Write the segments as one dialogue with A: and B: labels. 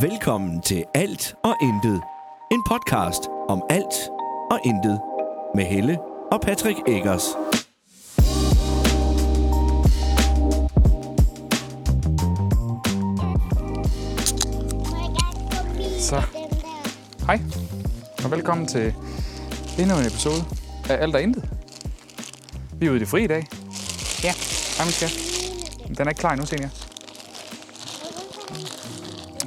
A: Velkommen til Alt og Intet. En podcast om alt og intet. Med Helle og Patrick Eggers.
B: Så. Hej, og velkommen til endnu en episode af Alt og Intet. Vi er ude i det fri i dag. Ja, hej min skat. Den er ikke klar endnu, senior.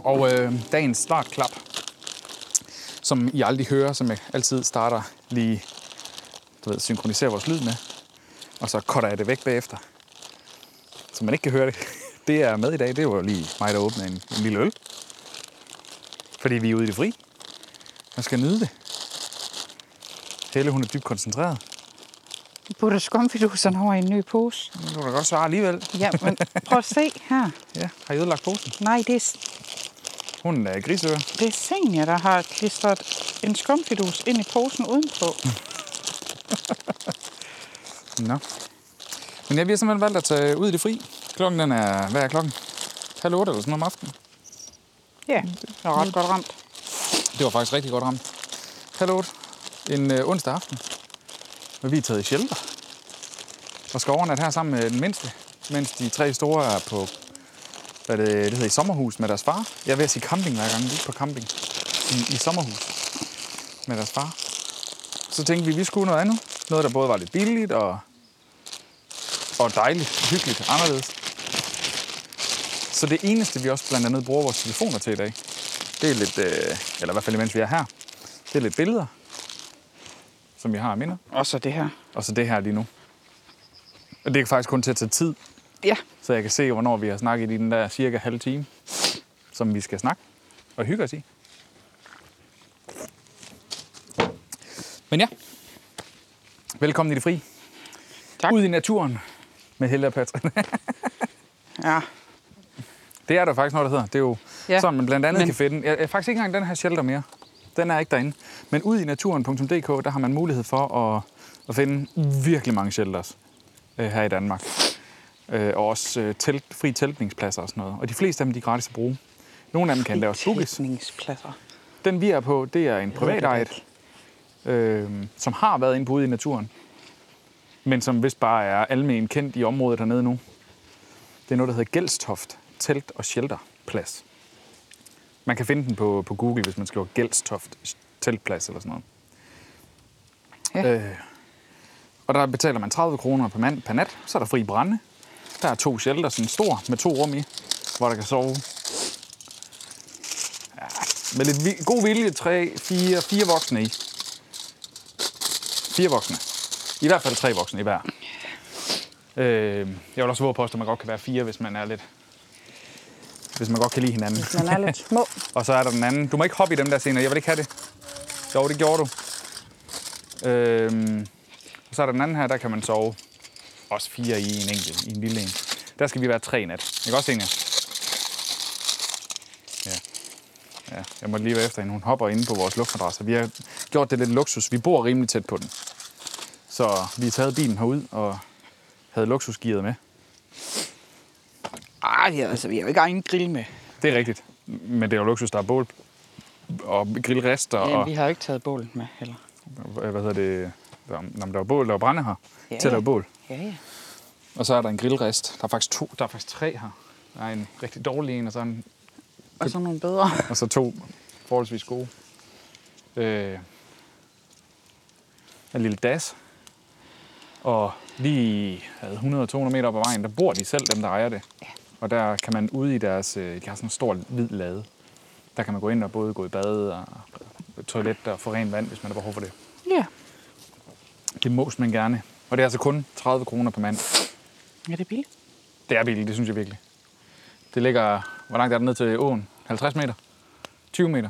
B: Og øh, dagens startklap, som I aldrig hører, som jeg altid starter lige, du ved, synkroniserer vores lyd med. Og så cutter jeg det væk bagefter, så man ikke kan høre det. Det er med i dag, det var jo lige mig, der åbnede en, en lille øl. Fordi vi er ude i det fri. Man skal nyde det. Helle, hun er dybt koncentreret.
C: Du putter skumfidusen over i en ny pose.
B: Nu kan du godt svare alligevel.
C: Ja, men prøv at se her.
B: Ja, har I ødelagt posen?
C: Nej, det er,
B: Hun er grisører.
C: det er senior, der har klistret en skumfidus ind i posen udenpå.
B: Nå. Men ja, vi har simpelthen valgt at tage ud i det fri. Klokken den er, hvad er klokken? Halv otte eller sådan noget om aftenen.
C: Ja, det er ret godt ramt.
B: Det var faktisk rigtig godt ramt. Halv otte. En øh, onsdag aften. Og vi er taget i shelter. Og skal overnatte her sammen med den mindste. Mens de tre store er på, hvad det, det hedder, i sommerhus med deres far. Jeg er ved at sige camping hver gang. Vi er på camping. I, I sommerhus med deres far. Så tænkte vi, at vi skulle noget andet. Noget, der både var lidt billigt og, og dejligt, hyggeligt, anderledes. Så det eneste, vi også blandt andet bruger vores telefoner til i dag, det er lidt, øh, eller i hvert fald imens vi er her, det er lidt billeder, som vi har af minder.
C: Og så det her.
B: Og så det her lige nu. Og det er faktisk kun til at tage tid,
C: Ja,
B: så jeg kan se, hvornår vi har snakket i den der cirka halve time, som vi skal snakke og hygge os i. Men ja, velkommen i det fri.
C: Tak.
B: Ud i naturen med Helle og Patrick.
C: ja.
B: Det er der faktisk noget, der hedder. Det er jo ja.
C: Ja,
B: sådan, man blandt andet men... kan
C: men-
B: finde den. Jeg, jeg, faktisk ikke engang den her shelter mere. Den er ikke derinde. Men ud i naturen.dk, der har man mulighed for at, at finde virkelig mange shelters øh, her i Danmark. Øh, og også øh, telt, fri teltningspladser og sådan noget. Og de fleste af dem, de er gratis at bruge. Nogle af dem kan endda også bookes.
C: Tilkningspladser.
B: Den vi er på, det er en privat ejet,
C: ikke.
B: øh, som har været inde på ude i naturen, men som vist bare er almen kendt i området hernede nu. Det er noget, der hedder Gelstoft Telt- og Shelterplads. Man kan finde den på, på Google, hvis man skriver Gelstoft Teltplads eller sådan noget.
C: Ja.
B: Øh, og der betaler man 30 kroner per mand per nat, så er der fri brænde. Der er to shelter, sådan en stor med to rum i, hvor der kan sove med lidt vi- god vilje, tre, fire, fire voksne i. Fire voksne. I hvert fald tre voksne i hver. Øh, jeg vil også våge at påstå, at man godt kan være fire, hvis man er lidt... Hvis man godt kan lide hinanden.
C: Man er lidt små.
B: Og så er der den anden. Du må ikke hoppe i dem der senere. Jeg vil ikke have det. Jo, det gjorde du. Øhm, og så er der den anden her, der kan man sove. Også fire i en enkelt, i en lille en. Der skal vi være tre i nat. Ikke også, Senior? Ja. ja. Jeg må lige være efter hende. Hun hopper inde på vores luftmadras, og vi har gjort det lidt luksus. Vi bor rimelig tæt på den. Så vi har taget bilen herud og havde luksusgearet med.
C: Ej, ja, altså, vi har jo ikke egen grill med.
B: Det er rigtigt. Men det er jo luksus, der er bål og grillrester
C: Ja,
B: og...
C: vi har jo ikke taget bålet med heller.
B: hvad hvad hedder det, der, når der var bål, der var brænde her,
C: Ja,
B: ja, til at
C: ja.
B: lave bål.
C: Ja, ja.
B: Og så er der en grillrest. Der er faktisk to, der er faktisk tre her. Der er en rigtig dårlig en, og så, en,
C: Og så nogle bedre.
B: og så to forholdsvis gode. Øh, en lille das. Og lige havde 100-200 meter op ad vejen, der bor de selv, dem der ejer det. Og der kan man ude i deres, øh, de har sådan en stor hvid lade. Der kan man gå ind og både gå i bad og toilet og få rent vand, hvis man har behov for det.
C: Ja.
B: Det mås man gerne. Og det er altså kun 30 kroner per mand.
C: Ja, det er billigt.
B: Det er billigt, det synes jeg virkelig. Det ligger, hvor langt er det ned til åen? 50 meter? 20 meter?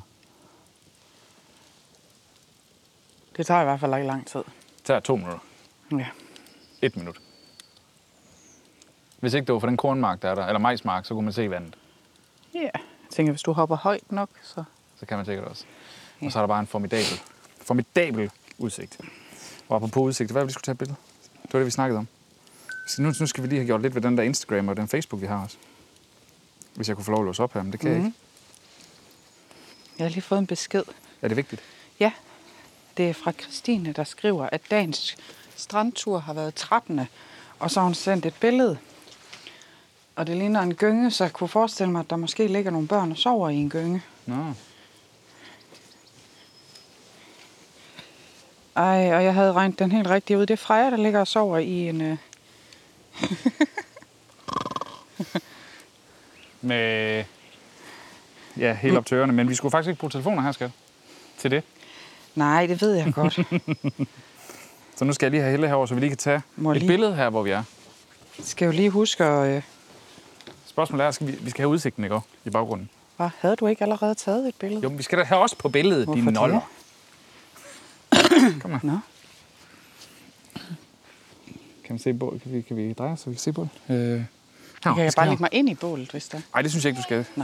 C: Det tager i hvert fald ikke lang tid.
B: Det tager to minutter.
C: Ja.
B: Et minut. Hvis ikke det var for den kornmark, der er der, eller majsmark, så kunne man se vandet.
C: Ja. Jeg tænker, hvis du hopper højt nok, så...
B: Så kan man sikkert også. Og så er der bare en formidabel, formidabel udsigt. Og apropos udsigt, hvad var det, vi skulle tage et billede? Det var det, vi snakkede om. Så nu, nu skal vi lige have gjort lidt ved den der Instagram og den Facebook, vi har også. Hvis jeg kunne få lov at låse op her, men det kan mm-hmm. jeg ikke.
C: Jeg har lige fået en besked.
B: Er det vigtigt?
C: Ja, det er fra Christine, der skriver, at dagens strandtur har været 13. Og så har hun sendt et billede. Og det ligner en gynge, så jeg kunne forestille mig, at der måske ligger nogle børn og sover i en gynge.
B: Nå.
C: Ej, og jeg havde regnet den helt rigtigt ud. Det er Freja, der ligger og sover i en... Øh...
B: Med, ja, helt op til ørerne. Men vi skulle faktisk ikke bruge telefoner her, skat. Til det.
C: Nej, det ved jeg godt.
B: Så nu skal jeg lige have Helle herover, så vi lige kan tage
C: Må
B: et
C: lige-
B: billede her, hvor vi er.
C: Skal jo lige huske at... Øh...
B: Spørgsmålet er, skal vi, vi skal have udsigten, ikke også, I baggrunden?
C: Hvad, havde du ikke allerede taget et billede?
B: Jo, men vi skal da have os på billedet,
C: Hvorfor
B: dine
C: det?
B: noller. Kom her.
C: Nå.
B: Kan, vi se på, kan, vi, kan vi dreje os, så vi kan se på det? Øh, her,
C: Kan jeg
B: skal
C: bare
B: her.
C: lægge mig ind i bålet, hvis der.
B: Ej, det synes jeg ikke, du skal.
C: Nå,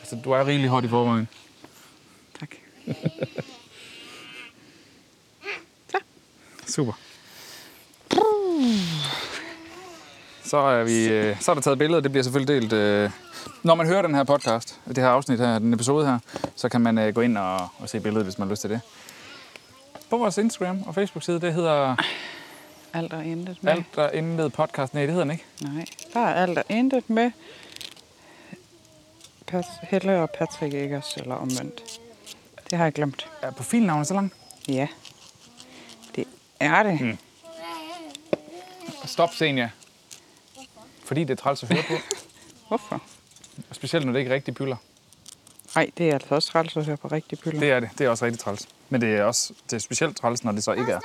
B: Altså, du er rigelig hot i forvejen.
C: tak.
B: Super. Så er, vi, øh, så er der taget billeder, det bliver selvfølgelig delt. Øh. Når man hører den her podcast, det her afsnit her, den episode her, så kan man øh, gå ind og, og se billedet, hvis man har lyst til det. På vores Instagram og Facebook-side, det hedder
C: Alt og intet med.
B: Alt, der indleder podcast. Nej, det hedder den ikke.
C: Nej, der er alt og intet med. Pas, Helle og Patrick Eggers, eller omvendt. Det har jeg glemt.
B: Er profilnavnet så langt?
C: Ja, det er det. Mm.
B: Stop, Senja. Fordi det er træls at høre på.
C: Hvorfor?
B: Og specielt når det ikke er rigtig pyller.
C: Nej, det er altså også træls at høre på rigtig pylder.
B: Det er det. Det er også rigtig træls. Men det er også det er specielt træls, når det så ikke er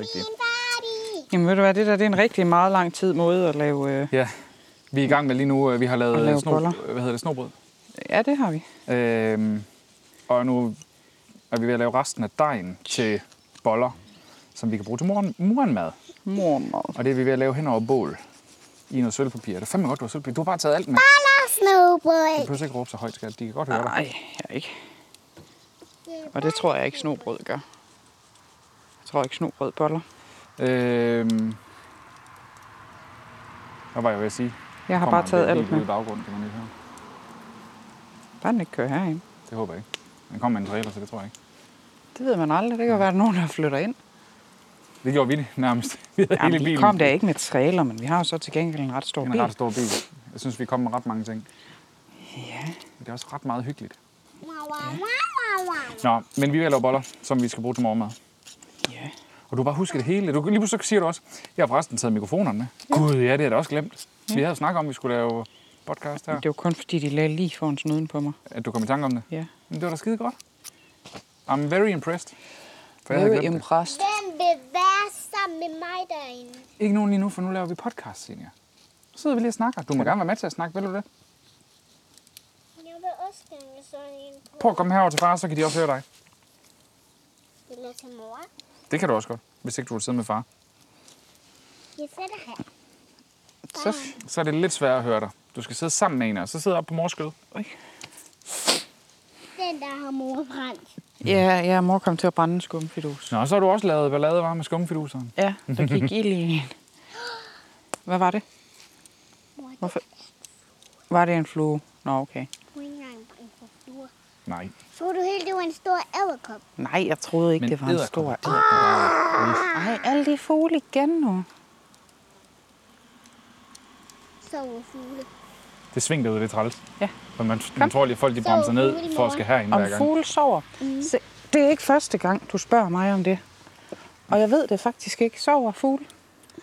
B: rigtigt.
C: Jamen ved du hvad, det der det er en rigtig meget lang tid måde at lave... Øh...
B: Ja. Vi er i gang med lige nu, øh, vi har lavet
C: Og lave
B: sno,
C: boller.
B: hvad hedder det, snobrød.
C: Ja, det har vi.
B: Øhm, og nu er vi ved at lave resten af dejen til boller, som vi kan bruge til morgen, morgenmad.
C: Mormor.
B: Og det er vi ved at lave hen over bål i noget sølvpapir. Det er fandme godt, du har sølvpapir. Du har bare taget alt med. Du
D: Snowboard.
B: behøver ikke råbe så højt, skat. De kan godt høre dig.
C: Nej, jeg ikke. Og det tror jeg ikke snobrød gør. Jeg tror ikke snobrød boller.
B: Øhm, hvad var jeg ved at sige?
C: Jeg har
B: Kommer
C: bare
B: han
C: taget
B: lidt
C: alt
B: vildt ud
C: med.
B: i baggrunden, kan man ikke høre.
C: Bare den ikke kører herind.
B: Det håber jeg ikke. Den kommer med en trailer, så det tror jeg ikke.
C: Det ved man aldrig. Det kan jo være, at nogen der flytter ind.
B: Det gjorde vi det nærmest. Vi havde
C: Jamen,
B: hele
C: de
B: bilen.
C: kom der ikke med trailer, men vi har jo så til gengæld en ret stor
B: En ret
C: bil.
B: stor bil. Jeg synes, vi kom med ret mange ting.
C: Ja,
B: Men Det er også ret meget hyggeligt.
D: Snowboard.
B: Nå, men vi vil lave boller, som vi skal bruge til morgenmad.
C: ja.
B: Og du kan bare huske det hele. Du, kan- lige pludselig siger du også, jeg har forresten taget mikrofonerne med. Gud, ja, det har jeg da også glemt. Vi havde jo snakket om, at vi skulle lave podcast her.
C: Det var kun fordi, de lagde lige foran snuden på mig.
B: At du kom i tanke om det.
C: Ja.
B: Men det var da skide godt. I'm very impressed. For jeg havde
C: Very
B: glemt det.
C: impressed.
D: Den bevæger sig med mig derinde.
B: Ikke nogen lige nu, for nu laver vi podcast, senior. Så sidder vi lige og snakker. Du må gerne være med til at snakke, vil du det?
D: Jeg vil også gerne sådan en på.
B: Prøv at komme herover til far, så kan de også høre dig.
D: Eller til mor.
B: Det kan du også godt, hvis ikke du vil sidde med far.
D: Jeg sætter her.
C: Så,
B: Så er det lidt sværere at høre dig. Du skal sidde sammen med en, og så sidder op på mors skød.
C: Øj.
D: Den der har mor brændt.
C: ja, ja, mor kom til at brænde en skumfidus.
B: Nå, og så har du også lavet ballade var med skumfiduseren.
C: Ja, der gik ild i en. Hvad var det?
D: Mor, det
C: Hvorfor? Var det en flue? Nå, okay.
D: kunne ikke engang brænde på fluer.
B: Nej.
D: Tror du helt, det var en stor æderkop?
C: Nej, jeg troede ikke,
B: Men
C: det var en stor...
B: edderkopper,
C: Ej, alle de fugle igen nu.
D: Sover fugle.
B: Det svinger ud, det er træls.
C: Ja.
B: For man, man tror lige, at folk de
D: Så
B: bremser
D: ude
B: ned
D: i
B: for at
D: morgen.
B: skal herind
C: Om
B: hver gang.
C: fugle sover. Mm. Se, det er ikke første gang, du spørger mig om det. Og jeg ved det faktisk ikke. Sover fugle?
B: Jeg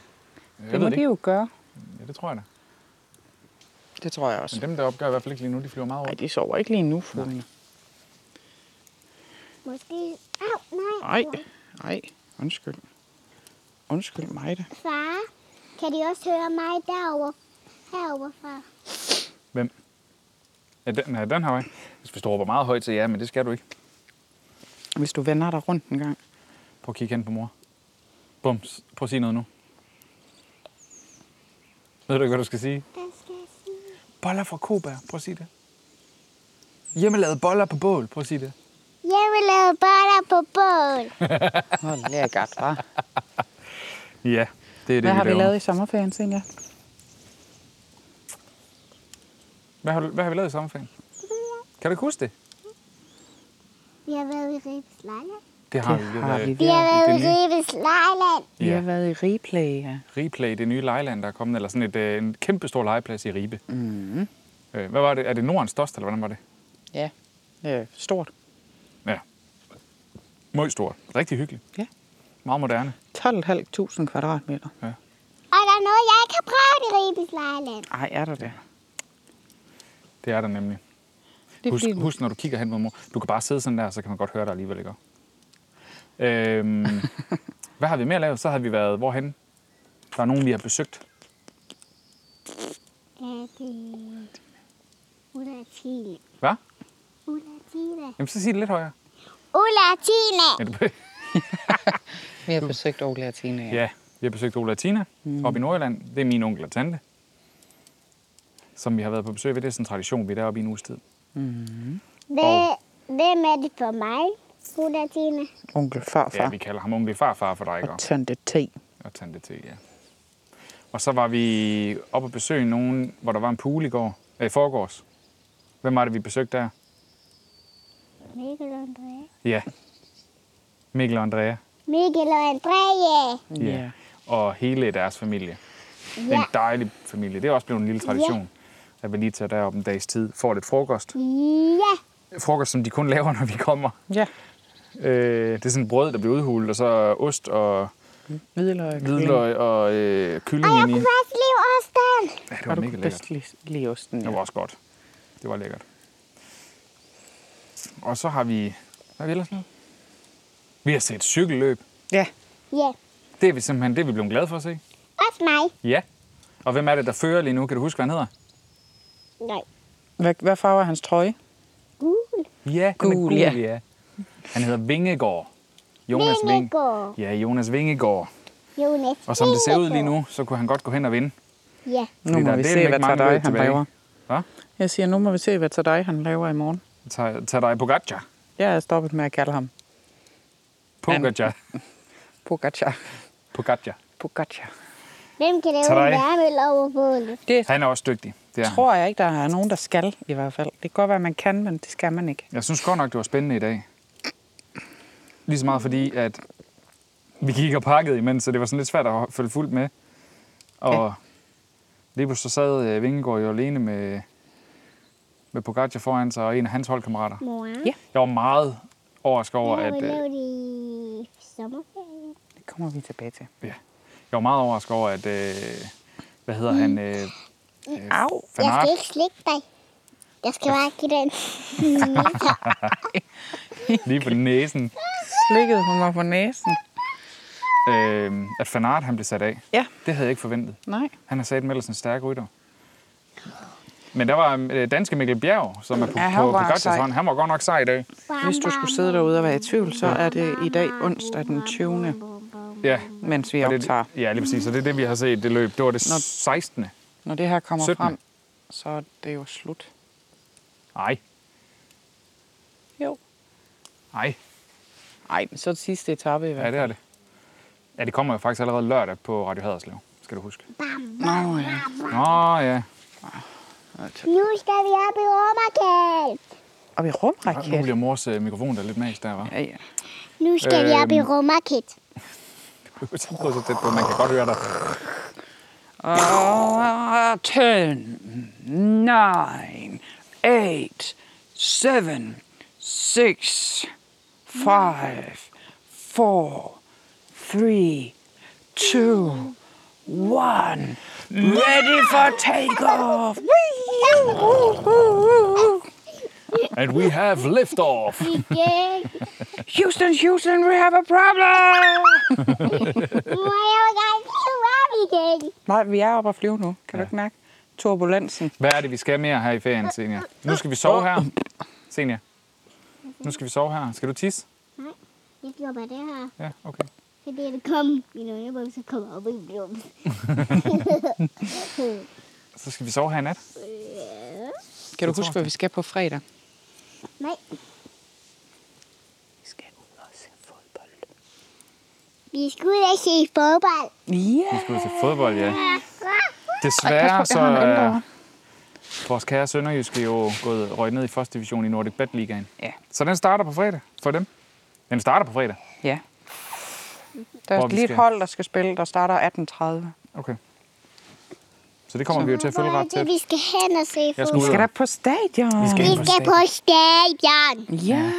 C: Det
B: ved
C: må
B: det
C: de
B: ikke.
C: jo gøre.
B: Ja, det tror jeg da.
C: Det tror jeg også.
B: Men dem, der opgør i hvert fald ikke lige nu, de flyver meget
C: Nej,
B: rundt.
C: de sover ikke lige nu, fuglene.
D: Måske... Au, nej.
C: Nej, nej. Undskyld. Undskyld mig da.
D: Far, kan de også høre mig derovre? Herovre, far.
B: Hvem? Ja, den, ja, den her vej. Hvis vi står råber meget højt til ja, men det skal du ikke.
C: Hvis du vender dig rundt en gang.
B: Prøv at kigge hen på mor. Bums. Prøv at sige noget nu. Ved du ikke, hvad du skal sige?
D: Hvad skal jeg sige?
B: Boller fra Kobær. Prøv at sige det. Hjemmelavede boller på bål. Prøv at sige det.
D: Jeg vil lave boller på bål.
C: Hvor lækkert, hva'?
B: Ja, det er det,
C: Hvad
B: vi
C: har vi
B: laver.
C: lavet i sommerferien, Senja?
B: Hvad har, du- hvad har vi lavet i sommerferien? Kan du ikke huske det?
D: Vi har været i Ribes Lejland.
B: Det har vi. øh,
C: har vi
B: været-
D: Vi har været i
C: virkelig.
B: det nye.
D: Ribes Lejland.
C: Vi har været i replay, ja.
B: Replay, det nye lejland, der er kommet, eller sådan et, øh, en kæmpe stor legeplads i Ribe. Mm.
C: Mhm.
B: Øh, hvad var det? Er det Nordens største, eller hvordan var det?
C: Ja, øh, stort.
B: Ja. Møg stort. Rigtig hyggeligt.
C: Ja.
B: Meget moderne.
C: 12.500 kvadratmeter.
D: Og der er noget, jeg ikke har prøvet i Ribes Lejland.
C: Ej, er der det?
B: Det er der nemlig.
C: Det er
B: Husk,
C: fordi, den-
B: husk, når du kigger hen mod mor. Du kan bare sidde sådan der, så kan man godt høre dig alligevel, ikke? Øhm, hvad har vi mere lavet? Så har vi været hvorhen? Der er nogen, vi har besøgt.
D: Er det... Ulla Tine.
B: Hvad?
D: Ulla Tine.
B: Jamen, så sig det lidt højere.
D: Ulla Tine.
B: Ja, det-
C: vi har besøgt Ole og Tina, ja.
B: ja, vi har besøgt Ola og Tina mm. oppe i Nordjylland. Det er min onkel og tante, som vi har været på besøg ved. Det er sådan en tradition, vi er deroppe i en uges tid.
D: Hvem- Hvem er det for mig? Ulla Tine.
C: Onkel farfar
B: Ja, vi kalder ham onkel farfar for dig, ikke?
C: og tante T.
B: Og tante T, ja. Og så var vi oppe og besøge nogen, hvor der var en pool i går, øh, i forgårs. Hvem var det, vi besøgte der?
D: Mikkel og Andrea.
B: Ja. Mikkel og Andrea.
D: Mikkel og Andrea.
B: Ja. Og hele deres familie. Ja. En dejlig familie. Det er også blevet en lille tradition. Ja. At vi lige tager derop en dags tid, får lidt frokost.
D: Ja.
B: Frokost, som de kun laver, når vi kommer.
C: Ja.
B: Øh, det er sådan brød, der bliver udhulet, og så ost og
C: Hvidløg. og
B: hvidløg og øh, kylling
D: Og jeg
B: ind i.
D: kunne faktisk lide osten.
B: Ja, det
C: Og
B: var
C: du
B: mega
C: kunne
B: lækkert.
C: bedst lide, lide osten,
B: Det var
C: ja.
B: også godt. Det var lækkert. Og så har vi... Hvad har vi ellers lavet? Vi har set cykelløb.
C: ja.
D: Ja.
B: Det er vi simpelthen det, er vi blevet glade for at se.
D: Også mig.
B: Ja. Og hvem er det, der fører lige nu? Kan du huske, hvad han hedder?
D: Nej.
C: Hvad, hvad farve er hans trøje?
D: Gul.
B: Ja, den er
C: Gul, ja.
B: ja. Han hedder Vingegård. Jonas Ving.
D: Vingegård.
B: Ja, Jonas Vingegård.
D: Jonas.
B: Og som det ser ud lige
D: Vingegård.
B: nu, så kunne han godt gå hen og vinde.
D: Ja.
C: Nu må
B: der er dæleme
C: vi se,
B: ikke
C: hvad
B: mange
C: Tadej
B: løb
C: han
B: tilbage.
C: laver.
B: Hvad?
C: Jeg siger, nu må vi se, hvad Tadej han laver i morgen.
B: Tag, tag dig Pogacar.
C: Jeg er stoppet med at kalde ham
B: Pogacar.
C: Pogacar.
B: Pogacar.
C: Pogacar.
D: Hvem kan lave
B: Tadej.
D: en værmøl over bålet?
C: Det
B: Han er også dygtig. Det er han.
C: tror jeg ikke, der er nogen, der skal i hvert fald. Det kan godt være, man kan, men det skal man ikke.
B: Jeg synes godt nok, det var spændende i dag. Lige så meget fordi, at vi gik og pakkede imens, så det var sådan lidt svært at følge fuldt med. Og ja. lige pludselig så sad øh, Vingegaard jo alene med, med Pogacar foran sig og en af hans holdkammerater.
D: Mor.
C: Ja.
B: Jeg var meget overrasket over,
D: Hvor
B: at,
D: vi
B: øh,
D: lavet i sommerferien.
C: Det kommer vi tilbage til.
B: ja, jeg var meget overrasket over, at øh, hvad hedder han? Øh, øh,
C: Au.
B: Van
D: Jeg
B: Aert.
D: skal ikke slikke dig. Jeg skal bare give den.
B: lige på næsen.
C: Slikkede hun mig på næsen.
B: Øh, at Fanart han blev sat af.
C: Ja.
B: Det havde jeg ikke forventet.
C: Nej.
B: Han har sat Mikkelsen stærk rytter. Men der var øh, danske Mikkel Bjerg, som er på,
C: Ja,
B: ja,
C: han
B: på
C: var
B: Pegatias
C: sej.
B: hånd. Han var godt nok sej i dag.
C: Hvis du skulle sidde derude og være i tvivl, så er det i dag onsdag den 20.
B: Ja.
C: mens vi
B: Og det,
C: optager.
B: ja, lige præcis. Så det er det, vi har set det løb. Det var det 16.
C: Når det her kommer
B: 17..
C: frem, så er det jo slut.
B: Nej,
C: Jo.
B: nej.
C: Ej, men så er det sidste etape i
B: Ja,
C: hvert fald.
B: det er det. Ja, det kommer jo faktisk allerede lørdag på Radio Haderslev, skal du huske.
C: Nå, ja.
B: Nå ja,
D: Nu skal vi op i Romerkald.
C: Og vi
B: nu
C: rumraket.
B: bliver mors øh, mikrofon der lidt magisk der, var.
C: Ja, ja.
D: Nu skal
C: Øh.
D: vi op i
B: Øhm.
D: Romerkald.
B: Så prøv så tæt på, man kan godt høre dig.
C: Og 10, 9, 8, 7, 6, 5, 4, 3, 2, 1. Ready for takeoff!
B: And we have liftoff!
D: Yeah.
C: Houston, Houston, we have a problem!
D: Mor, jeg vil gerne flyve op igen.
C: Nej, vi er oppe at flyve nu. Kan ja. du ikke mærke? Turbulensen.
B: Hvad er det, vi skal mere her i ferien, Senior? Nu skal vi sove her. Senior, nu skal vi sove her. Skal du tisse?
D: Jeg gjorde bare det her,
B: Ja, okay.
D: fordi jeg kom i en underbukse og kom op i en blomst.
B: Så skal vi sove her i nat.
C: Kan du
B: Det
C: huske, hvad vi skal på fredag?
D: Nej,
C: Vi skal ud og se fodbold.
D: vi skulle ud og se fodbold.
C: Ja!
B: Vi skal ud til fodbold, ja. Desværre så,
C: jeg har en anden
B: øh,
C: derovre.
B: Vores kære Sønderjyske er jo gået røget ned i første division i Nordic Bet Ligaen.
C: Ja.
B: Så den starter på fredag for dem. Den starter på fredag.
C: ja. Der er
B: Hvor vi
C: lige et
B: skal-
C: hold, der skal spille, der starter 18.30.
B: Okay. Så det kommer vi jo til at følge
D: Hvor er
B: ret
D: det,
B: tæt.
D: vi skal hen og se
B: Jeg skal
D: fodbold?
B: ud
C: Skal
B: og
C: der på stadion?
B: Vi skal
D: Vi
B: ind på
D: skal på stadion.
C: Ja.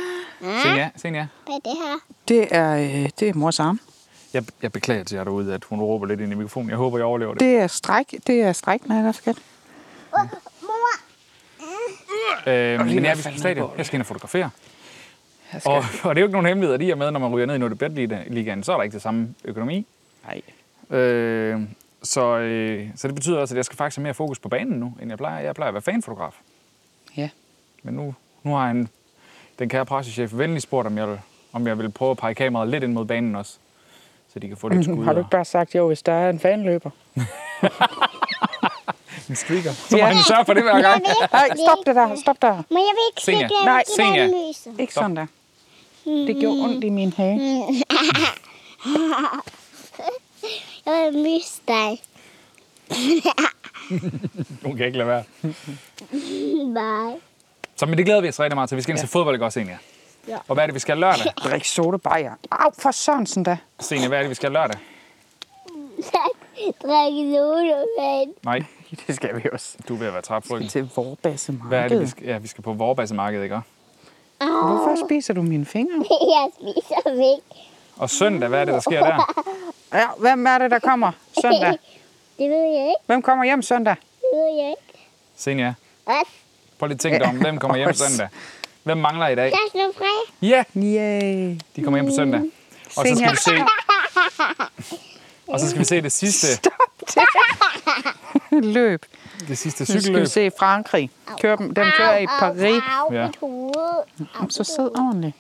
B: Se ja, se ja.
D: Hvad er det her?
C: Det er, øh, det er mors arm.
B: Jeg, jeg beklager til jer derude, at hun råber lidt ind i mikrofonen. Jeg håber, jeg overlever det.
C: Det er stræk, det er strækmærker, skat.
D: Mor,
B: Øh,
C: lige
B: men
C: ved
B: ja,
C: at
B: vi skal
C: falde
B: på
C: ned
B: stadion.
C: på.
B: Jeg skal ind og fotografere.
C: Jeg
B: Og, og det er jo ikke nogen hemmelighed, at i og med, når man ryger ned i Nordic Bet Ligaen, så er der ikke det samme økonomi.
C: Nej.
B: Øh, så, øh, så det betyder også, at jeg skal faktisk have mere fokus på banen nu, end jeg plejer. Jeg plejer at være fanfotograf.
C: Ja.
B: Men nu, nu har han, den kære pressechef venlig spurgt, om jeg, vil- om jeg vil prøve at pege kameraet lidt ind mod banen også. Så de kan få lidt skud
C: Har du
B: og
C: ikke bare sagt, jo, hvis der er en fanløber?
B: en streaker. Så må
C: Ja.
B: han jo sørge for det hver
D: jeg
B: gang.
D: vil ikke
C: Nej, stop det der,
D: ligge.
C: stop der.
D: Men jeg vil ikke
B: Senja.
D: ligge der
C: Nej,
D: i den
B: Senja.
D: myse.
C: Ikke sådan der. Det gjorde ondt i min hage.
D: Jeg vil myse dig.
B: Hun kan ikke lade være.
D: Nej.
B: Så men det glæder vi os rigtig meget til. Vi skal ind til fodbold, ikke også, Senja?
D: Ja.
B: Og hvad er det, vi skal lørdag?
C: Drik sodabajer. Au, for Sørensen da.
B: Senja, hvad er det, vi skal lørdag?
D: Drik sodavand.
B: Nej,
C: Det skal vi også.
B: du er ved at være træt, frøken.
C: Til Vorbasse Marked.
B: Hvad er det, vi skal, ja, vi skal på Vorbasse-markedet, ikke? også?
C: Hvorfor spiser du mine fingre?
D: Jeg spiser dem ikke.
B: Og søndag, hvad er det, der sker der?
C: Ja, hvem er det, der kommer søndag?
D: Det ved jeg ikke.
C: Hvem kommer hjem søndag?
D: Det ved jeg ikke.
B: Senja,
D: Hvad?
B: prøv lige at tænke dig om, hvem kommer hjem søndag? Hvem mangler i dag?
D: Der er sådan nogle fræ.
B: Ja,
C: Yay.
B: de kommer hjem på søndag. Og så skal vi se... Og så skal vi se det sidste,
C: Stop det. Løb.
B: det sidste
C: Nu skal
B: cykelløb.
C: vi se Frankrig. Kør dem. Den kører i Paris.
D: Au, au,
B: Ja.
D: ja. mit hoved. Au,
C: Så sid ordentligt.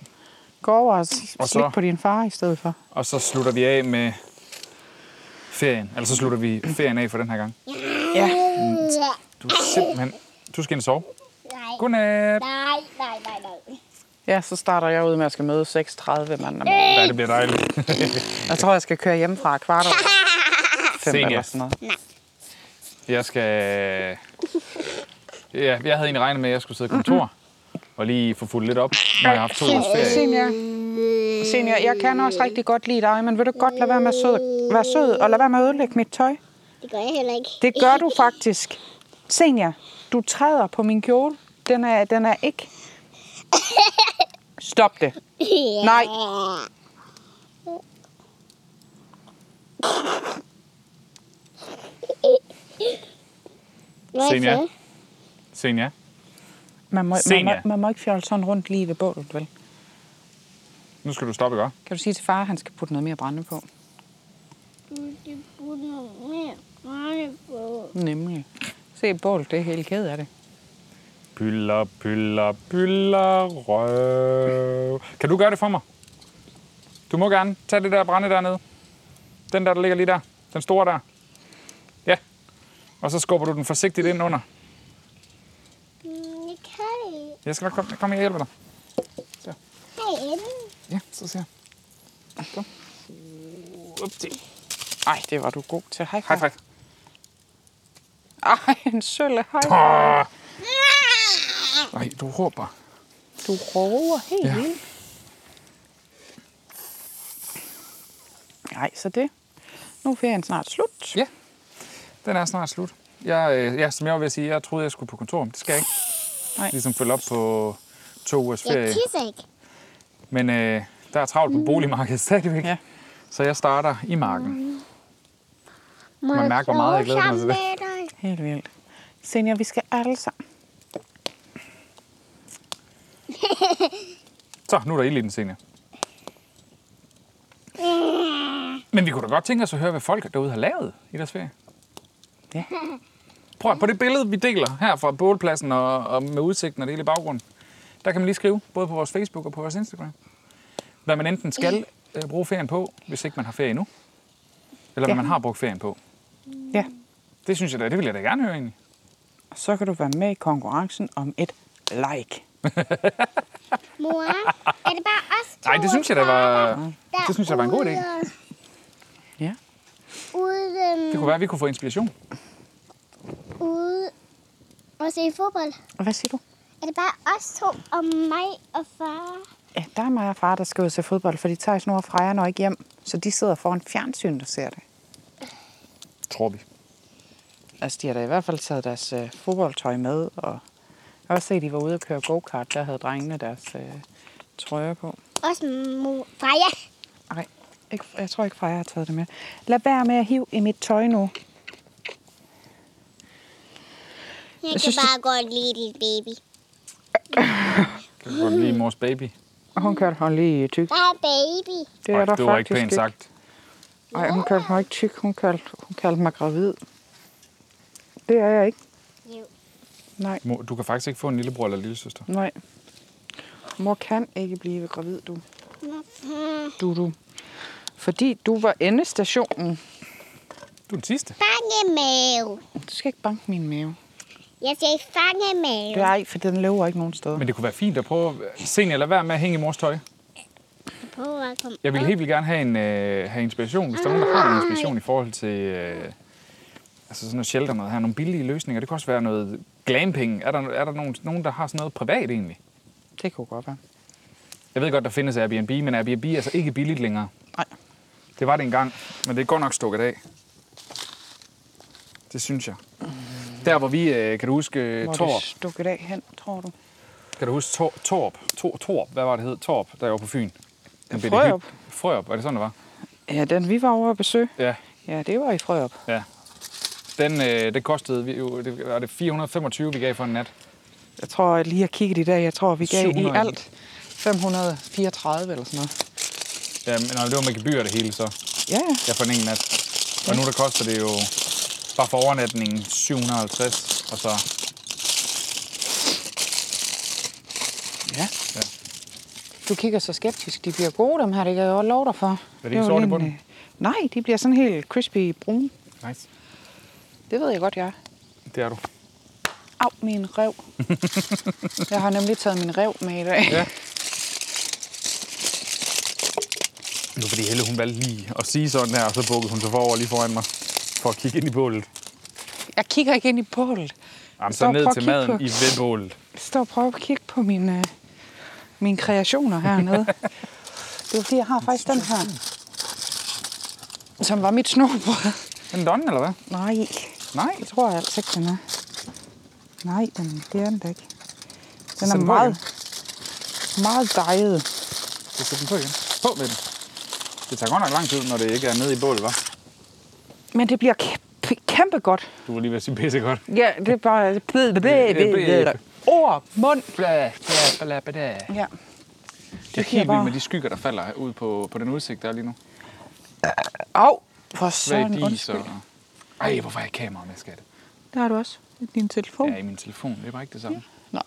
C: Gå over og s-
B: Og så-
C: slik på din far i stedet for.
B: Og så slutter vi af med ferien. Eller så slutter vi ferien af for den her gang.
C: Ja.
B: Mm.
D: Ja.
B: Du er simpelthen... Du skal ind og sove.
D: Nej. Nej,
B: Godnat.
D: nej, nej, nej.
C: Ja, så starter jeg ud med, at jeg skal møde 6.30 mandag morgen.
B: Ja, det bliver dejligt.
C: Jeg tror, jeg skal køre hjem fra kvart over fem
B: Senja.
C: eller sådan noget.
B: Jeg skal... Ja, jeg havde egentlig regnet med, at jeg skulle sidde i kontor
C: Mhm.
B: og lige få fuldt lidt op, når jeg har haft to års ferie.
C: Senior. Senior, jeg kan også rigtig godt lide dig, men vil du ikke godt lade være med at sød, være sød og lade være med at ødelægge mit tøj?
D: Det gør jeg heller ikke.
C: Det gør du faktisk. Senior, du træder på min kjole. Den er, den er ikke... Stop det. Nej.
D: Hvad
B: Senja.
D: så?
B: Senja.
C: Man må, man må,
B: Senior.
C: man må ikke fjolle sådan rundt lige ved bålet, vel?
B: Nu skal du stoppe, ikke? også?
C: Kan du sige til far, at han skal putte noget mere brænde på?
D: Det burde noget mere brænde på.
C: Nemlig. Se, bålet, det er helt ked af det.
B: Pyller, pyller, pyller, røv. Kan du gøre det for mig? Du må gerne tage det der brænde dernede. Den der, der ligger lige der. Den store der. Ja. Og så skubber du den forsigtigt ind under.
D: Mm, Det kan jeg ikke.
B: Jeg skal nok komme, kom, jeg hjælper dig.
D: Herinde.
B: Ja, så ser jeg. Kom. Upti.
C: Ej, det var du god til. Hej,
B: Hej, Frederik.
C: Ej, en sølle. Hej,
B: Nej, du råber.
C: Du roer helt
B: Ja.
C: vildt. Nej, så det. Nu er ferien snart slut.
B: Ja. Den er snart slut. Jeg, øh, ja, som jeg var ved at sige, jeg troede, jeg skulle på kontor, men det skal jeg ikke.
C: Nej.
B: Ligesom følge op på to ugers
D: Jeg
B: ferie.
D: tisser ikke.
B: Men øh, der er travlt på boligmarkedet stadigvæk.
C: Ja.
B: Ja. Så jeg starter i marken.
D: Må
B: Man mærker, hvor meget jeg glæder mig til det.
D: det.
C: Helt vildt. Senior, vi skal alle sammen.
B: Så, nu er der ild i den scene. Men vi kunne da godt tænke os at høre, hvad folk derude har lavet i deres ferie.
C: Ja.
B: Prøv at- på det billede, vi deler her fra bålpladsen og, og med udsigten og det hele i baggrunden. Der kan man lige skrive, både på vores Facebook og på vores Instagram, hvad man enten skal øh, bruge ferien på, hvis ikke man har ferie endnu, eller hvad
C: Ja.
B: man har brugt ferien på.
C: Ja.
B: Det synes jeg da, det vil jeg da gerne høre egentlig.
C: Og så kan du være med i konkurrencen om et like.
D: Mor, er det bare os to?
B: Nej, det synes jeg da var,
D: der
B: det synes jeg da var en god idé.
D: ude-
C: Ja.
D: Ude, øhm,
B: Det kunne være, at vi kunne få inspiration.
D: ude Og se fodbold.
C: Og hvad siger du?
D: Er det bare os to og mig og far?
C: Ja, der er mig og far, der skal ud og se fodbold, for de tager snor og Freja når ikke hjem. Så de sidder foran fjernsyn, der ser det.
B: tror vi.
C: Altså, de har da i hvert fald taget deres øh, fodboldtøj med, og jeg har også set, at de var ude og køre go-kart. Der havde drengene deres øh, trøjer på.
D: Også mor. Freja.
C: Nej, ikke, jeg tror ikke, Freja har taget det med. Lad være med at hive i mit tøj nu.
D: Jeg,
C: Jeg
D: kan
C: synes, det-
D: bare godt lide dit baby.
B: Kan du godt lide mors baby?
C: Og hun kaldte mig lige tyk.
D: Der er baby.
C: Det
B: Ej,
C: er der
B: det var
C: faktisk
B: ikke pænt sagt.
C: Nej, hun kaldte mig ikke tyk. Hun kaldte, hun kaldte mig gravid. Det er jeg ikke.
D: Jo.
C: Nej,
B: Mor, Du kan faktisk ikke få en lillebror eller lille søster.
C: nej. Mor kan ikke blive gravid, du.
D: Hvorfor?
C: Du, du. Fordi du var endestationen.
B: Du er den sidste.
D: Fange mave.
C: Du skal ikke banke min mave.
D: Jeg skal fange mave.
C: Det er ej, for den løber ikke nogen steder.
B: Men det kunne være fint at prøve at se eller være med at hænge i mors tøj.
D: Prøv at komme
B: Jeg ville helt vildt gerne have en øh, have inspiration, hvis der er nogen, der har en inspiration i forhold til øh, altså sådan noget shelter noget her, nogle billige løsninger. Det kunne også være noget glamping. Er der, er der nogen, nogen, der har sådan noget privat egentlig?
C: Det kunne godt være.
B: Jeg ved godt, der findes Airbnb, men Airbnb er altså ikke billigt længere.
C: Nej.
B: Det var det engang, men det er godt nok stukket af. Det synes jeg. Der hvor vi, øh, kan du huske øh,
C: Hvor er
B: Torp?
C: det stukket af hen, tror du?
B: Kan du huske Tor- Torp? Tor- Torp, hvad var det hed? Torp, der jeg var på Fyn. Den bitte
C: Frørup.
B: hytte. Frørup, var det sådan, det var?
C: Ja, den vi var over at besøge.
B: Ja,
C: Ja, det var i Frøop.
B: ja. Den, øh, det kostede, vi jo, det, var det 425, vi gav for en nat?
C: Jeg tror, at lige at kigge i dag, jeg tror, vi gav
B: 700.
C: i alt 534 eller sådan noget.
B: Ja, men nej, det var med gebyr det hele, så.
C: Ja, ja.
B: Ja, for en enkelt nat. Og nu der koster det jo bare for overnatningen 750, og så...
C: ja.
B: Ja.
C: Du kigger så skeptisk. De bliver gode, dem her. Det kan jeg godt love dig for.
B: de
C: jo
B: ikke sorte i
C: lige en,
B: bunden?
C: øh, Nej, de bliver sådan helt crispy brune.
B: Nice.
C: Det ved jeg godt, jeg er.
B: Det er du.
C: Au, min rev. jeg har nemlig taget min rev med i dag.
B: Ja. Nu fordi Helle, hun valgte lige at sige sådan her, og så bukkede hun sig forover lige foran mig for at kigge ind i bålet.
C: Jeg kigger ikke ind i bålet.
B: Jamen,
C: Stop,
B: så ned
C: prøv at
B: til
C: kigge
B: maden
C: på-
B: i vedbålet.
C: Jeg står og prøver at kigge på mine, øh, mine kreationer hernede. det er fordi, jeg har faktisk den her, som var mit snobrød.
B: Er den donne, eller hvad?
C: Nej,
B: Nej.
C: det tror jeg altså ikke, den er. Nej, den, det er den da ikke.
B: Sæt
C: Den er
B: den på
C: meget, meget dejet.
B: Så sæt den på igen. På med den. Det tager godt nok lang tid, når det ikke er nede i bålet, hva'?
C: Men det bliver kæmpe, kæmpe godt.
B: Du var lige ved at sige pisse godt.
C: Ja, det er bare... Blæ, blæ, blæ, blæ. Ord, mund.
B: Bla, bla, bla, bla. Det
C: Ja.
B: er
C: giver
B: helt vildt
C: bare-
B: med de skygger, der falder ud på, på den udsigt, der er lige nu.
C: Au, for
B: Svag
C: sådan
B: dis og...
C: undskyld.
B: Ej, hvorfor har jeg kamera med, skat?
C: Der har du også din telefon.
B: Ja, i min telefon. Det er bare ikke det samme.
C: Nej.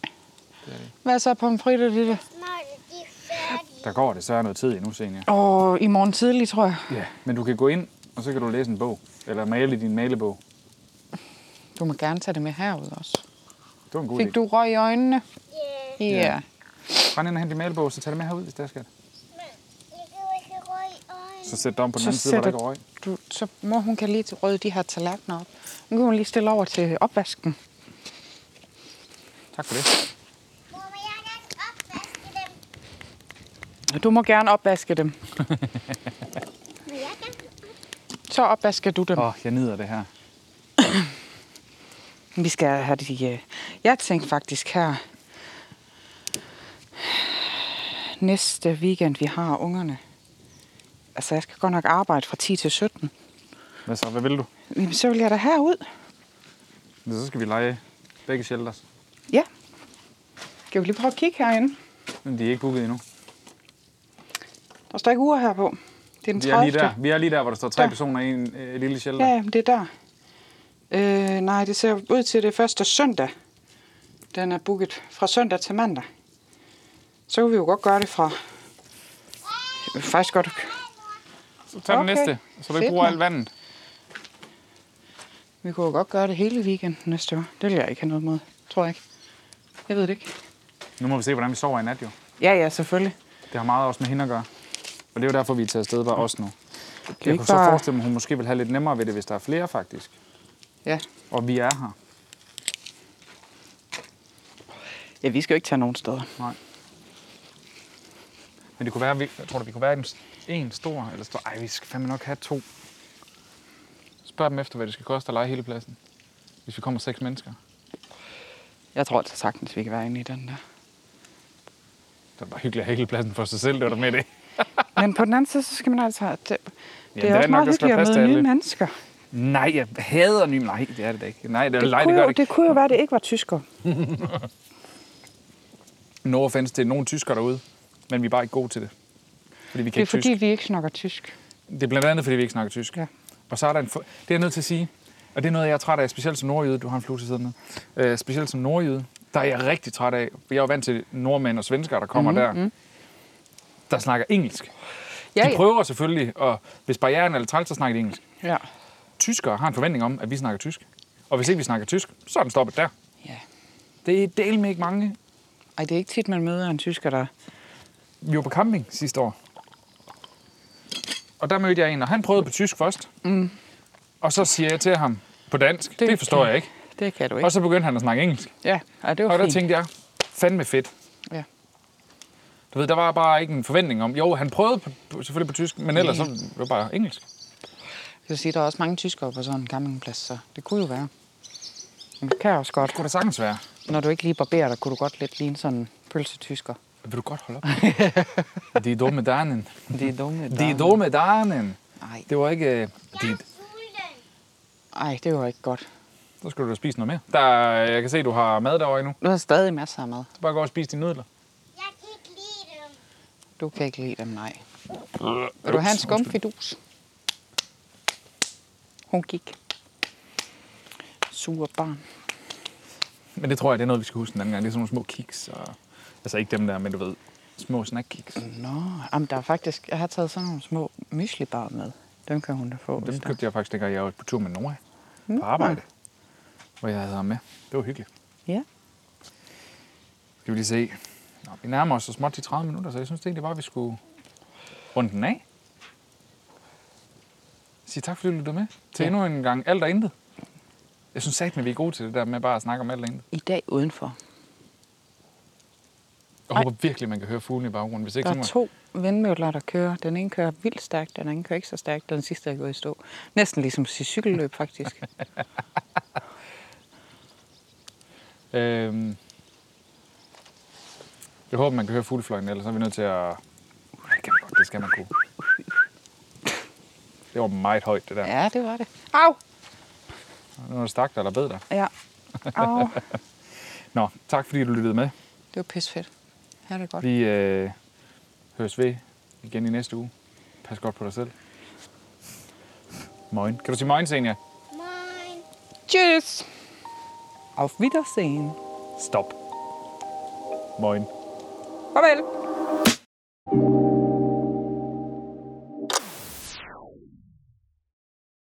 C: Hvad så pomfritter, lille?
D: Snart er de færdige.
B: Der går desværre noget tid endnu, senior.
C: Og i morgen tidlig, tror jeg.
B: Ja, men du kan gå ind, og så kan du læse en bog. Eller male i din malebog.
C: Du må gerne tage det med herud også.
B: Det var en god idé.
C: Fik du røg i øjnene?
D: Yeah.
C: Ja. Yeah.
B: Rend ind og hent din malebog, så tag det med herud, hvis det er, skat.
D: Jeg kan ikke røge i øjnene.
B: Så sæt dig om på den anden side, hvor der ikke er røg.
C: du, så må hun kan lige rydde de her tallerkener op. Nu kan hun lige stille over til opvasken.
B: Tak for det.
D: Mor, må jeg gerne opvaske dem?
C: Du må gerne opvaske dem.
D: Må jeg gerne?
C: Så opvasker du dem.
B: Åh, oh, jeg nyder det her.
C: Vi skal have de... øh, Jeg tænkte faktisk her... Næste weekend, vi har ungerne. Altså, jeg skal godt nok arbejde fra 10 til 17.
B: Hvad så? Hvad vil du?
C: Jamen, så vil jeg da herud.
B: Men så skal vi lege begge shelters.
C: Ja. Skal vi lige prøve at kigge herinde?
B: Men de er ikke booket endnu.
C: Der står ikke ur her på. Det er den
B: Vi er
C: 30.
B: lige der, vi er lige der hvor der står tre
C: Der.
B: personer i en øh, lille shelter.
C: Ja, det er der. Øh, nej, det ser ud til, at det er første søndag. Den er booket fra søndag til mandag. Så kunne vi jo godt gøre det fra... Faktisk godt...
B: Så tag den
C: Okay.
B: næste, så du
C: Fedt,
B: ikke bruger
C: mand.
B: alt vandet.
C: Vi kunne jo godt gøre det hele weekenden næste år. Det vil jeg ikke have noget mod. Tror jeg ikke. Jeg ved det ikke.
B: Nu må vi se, hvordan vi sover i nat jo.
C: Ja, ja, selvfølgelig.
B: Det har meget også med hende at gøre. Og det er jo derfor, vi er taget afsted bare os nu.
C: Kan
B: Jeg
C: ikke
B: kunne så
C: bare-
B: forestille mig, at hun måske vil have lidt nemmere ved det, hvis der er flere faktisk.
C: Ja,
B: Og vi er her.
C: Ja, vi skal jo ikke tage nogen steder.
B: Nej. Men det kunne være, vi, jeg tror du, vi kunne være en, en stor, eller stor, ej, vi skal fandme nok have to. Spørg dem efter, hvad det skal koste at lege hele pladsen. Hvis vi kommer seks mennesker.
C: Jeg tror altså sagtens, vi kan være inde i den der.
B: Det er bare hyggeligt at have hele pladsen for sig selv, det var der med det.
C: Men på den anden side, så skal man altså... Det, det
B: det
C: er
B: er nok,
C: også meget
B: der skal være
C: hyggeligt
B: plads
C: at
B: til
C: møde nye
B: alle.
C: mennesker.
B: Nej, jeg hader ny... Nej, det er det da ikke. Nej, det, er
C: Det,
B: nej, det
C: kunne
B: gør
C: jo,
B: det
C: det,
B: ikke.
C: kunne jo være, at det ikke var tysker.
B: No offense til nogen tysker derude, men vi er bare ikke gode til det. Fordi vi kan
C: Det er
B: ikke tysk.
C: fordi, vi ikke snakker tysk.
B: Det er blandt andet, fordi vi ikke snakker tysk.
C: Ja.
B: Og så er der en... for- Det er jeg nødt til at sige, og det er noget, jeg er træt af, specielt som nordjyde. Du har en flue til siden af. Øh, specielt som nordjyde, der er jeg rigtig træt af. For jeg er jo vant til nordmænd og svenskere, der
C: Mhm,
B: kommer mm-hmm. der. Der snakker engelsk.
C: mm. Ja,
B: De
C: ja.
B: prøver selvfølgelig, og hvis barrieren er træls, så snakker de engelsk.
C: ja.
B: Tyskere har en forventning om, at vi snakker tysk. Og hvis ikke vi snakker tysk, så er den stoppet der.
C: ja.
B: Det er del med ikke mange.
C: Ej, det er ikke tit, man møder en tysker, der...
B: Vi var på camping sidste år. Og der mødte jeg en, og han prøvede på tysk først. Mm. Og så siger jeg til ham på dansk, det, det forstår jeg ikke.
C: Det kan du ikke.
B: Og så begyndte han at snakke engelsk.
C: Ja, ja det var
B: Og der
C: fint.
B: tænkte jeg, fandme fedt.
C: Ja.
B: Du ved, der var bare ikke en forventning om, jo, han prøvede på, på, selvfølgelig på tysk, men ellers så
C: Mm.
B: var det bare engelsk.
C: Jeg vil sige, der er også mange tyskere på sådan en campingplads, så det kunne jo være. Men det kan også godt.
B: Det kunne da sagtens være.
C: Når du ikke lige barberer dig, kunne du godt lidt ligne sådan en pølsetysker.
B: Vil du godt holde op? de dumme danen.
C: Det er dumme.
B: De dumme danen.
C: Nej,
B: Det var ikke... øh, De,
C: ej, det var ikke godt.
B: så skal du da spise noget mere. Der, er- jeg kan se, du har mad derovre endnu.
C: Du har stadig masser af mad.
B: Så bare gå og spise dine nudler.
D: Jeg kan ikke lide dem.
C: Du kan ikke lide dem, nej. Vil du have en skumfidus? Hun gik. Sur barn.
B: Men det tror jeg, det er noget, vi skal huske en anden gang. Det er sådan nogle små kiks. Og... Altså ikke dem der, men du ved, små snackkiks.
C: Nå, jamen, der er faktisk, jeg har taget sådan nogle små myslibar med. Dem kan hun da få. hvis
B: Dem
C: der-
B: købte jeg faktisk, dengang jeg var på tur med Nora på arbejde. Hvor jeg havde ham med. Det var hyggeligt.
C: Ja.
B: Skal vi lige se. Nå, vi nærmer os så småt til 30 minutter, så jeg synes egentlig bare, at vi skulle runde den af. Sig tak, fordi du lyttede med til ja. endnu en gang alt og intet. Jeg synes satme, vi er gode til det der med bare at snakke om alt og intet.
C: I dag udenfor.
B: Jeg håber virkelig, man kan høre fuglene i baggrunden. Hvis ikke,
C: Der
B: så
C: er
B: må...
C: to vindmøller, der kører. Den ene kører vildt stærkt, den anden kører ikke så stærkt. Den sidste er gået i stå. Næsten ligesom sit cykelløb, faktisk.
B: Øhm, jeg håber, man kan høre fuglefløjen, ellers er vi nødt til at... Det kan man godt, det skal man kunne. Det var meget højt, det der. Ja.
C: Ja, det var det. Au!
B: Nu er det stak dig, eller bed dig.
C: Ja. Au.
B: Nå, tak fordi du lyttede med.
C: Det var pissefedt. Ha' det godt.
B: Vi øh, høres ved igen i næste uge. Pas godt på dig selv. Moin. Kan du sige moin, Senja?
D: Mine.
C: Tschüss! Auf Wiedersehen.
B: Stop. Moin.
C: Farvel!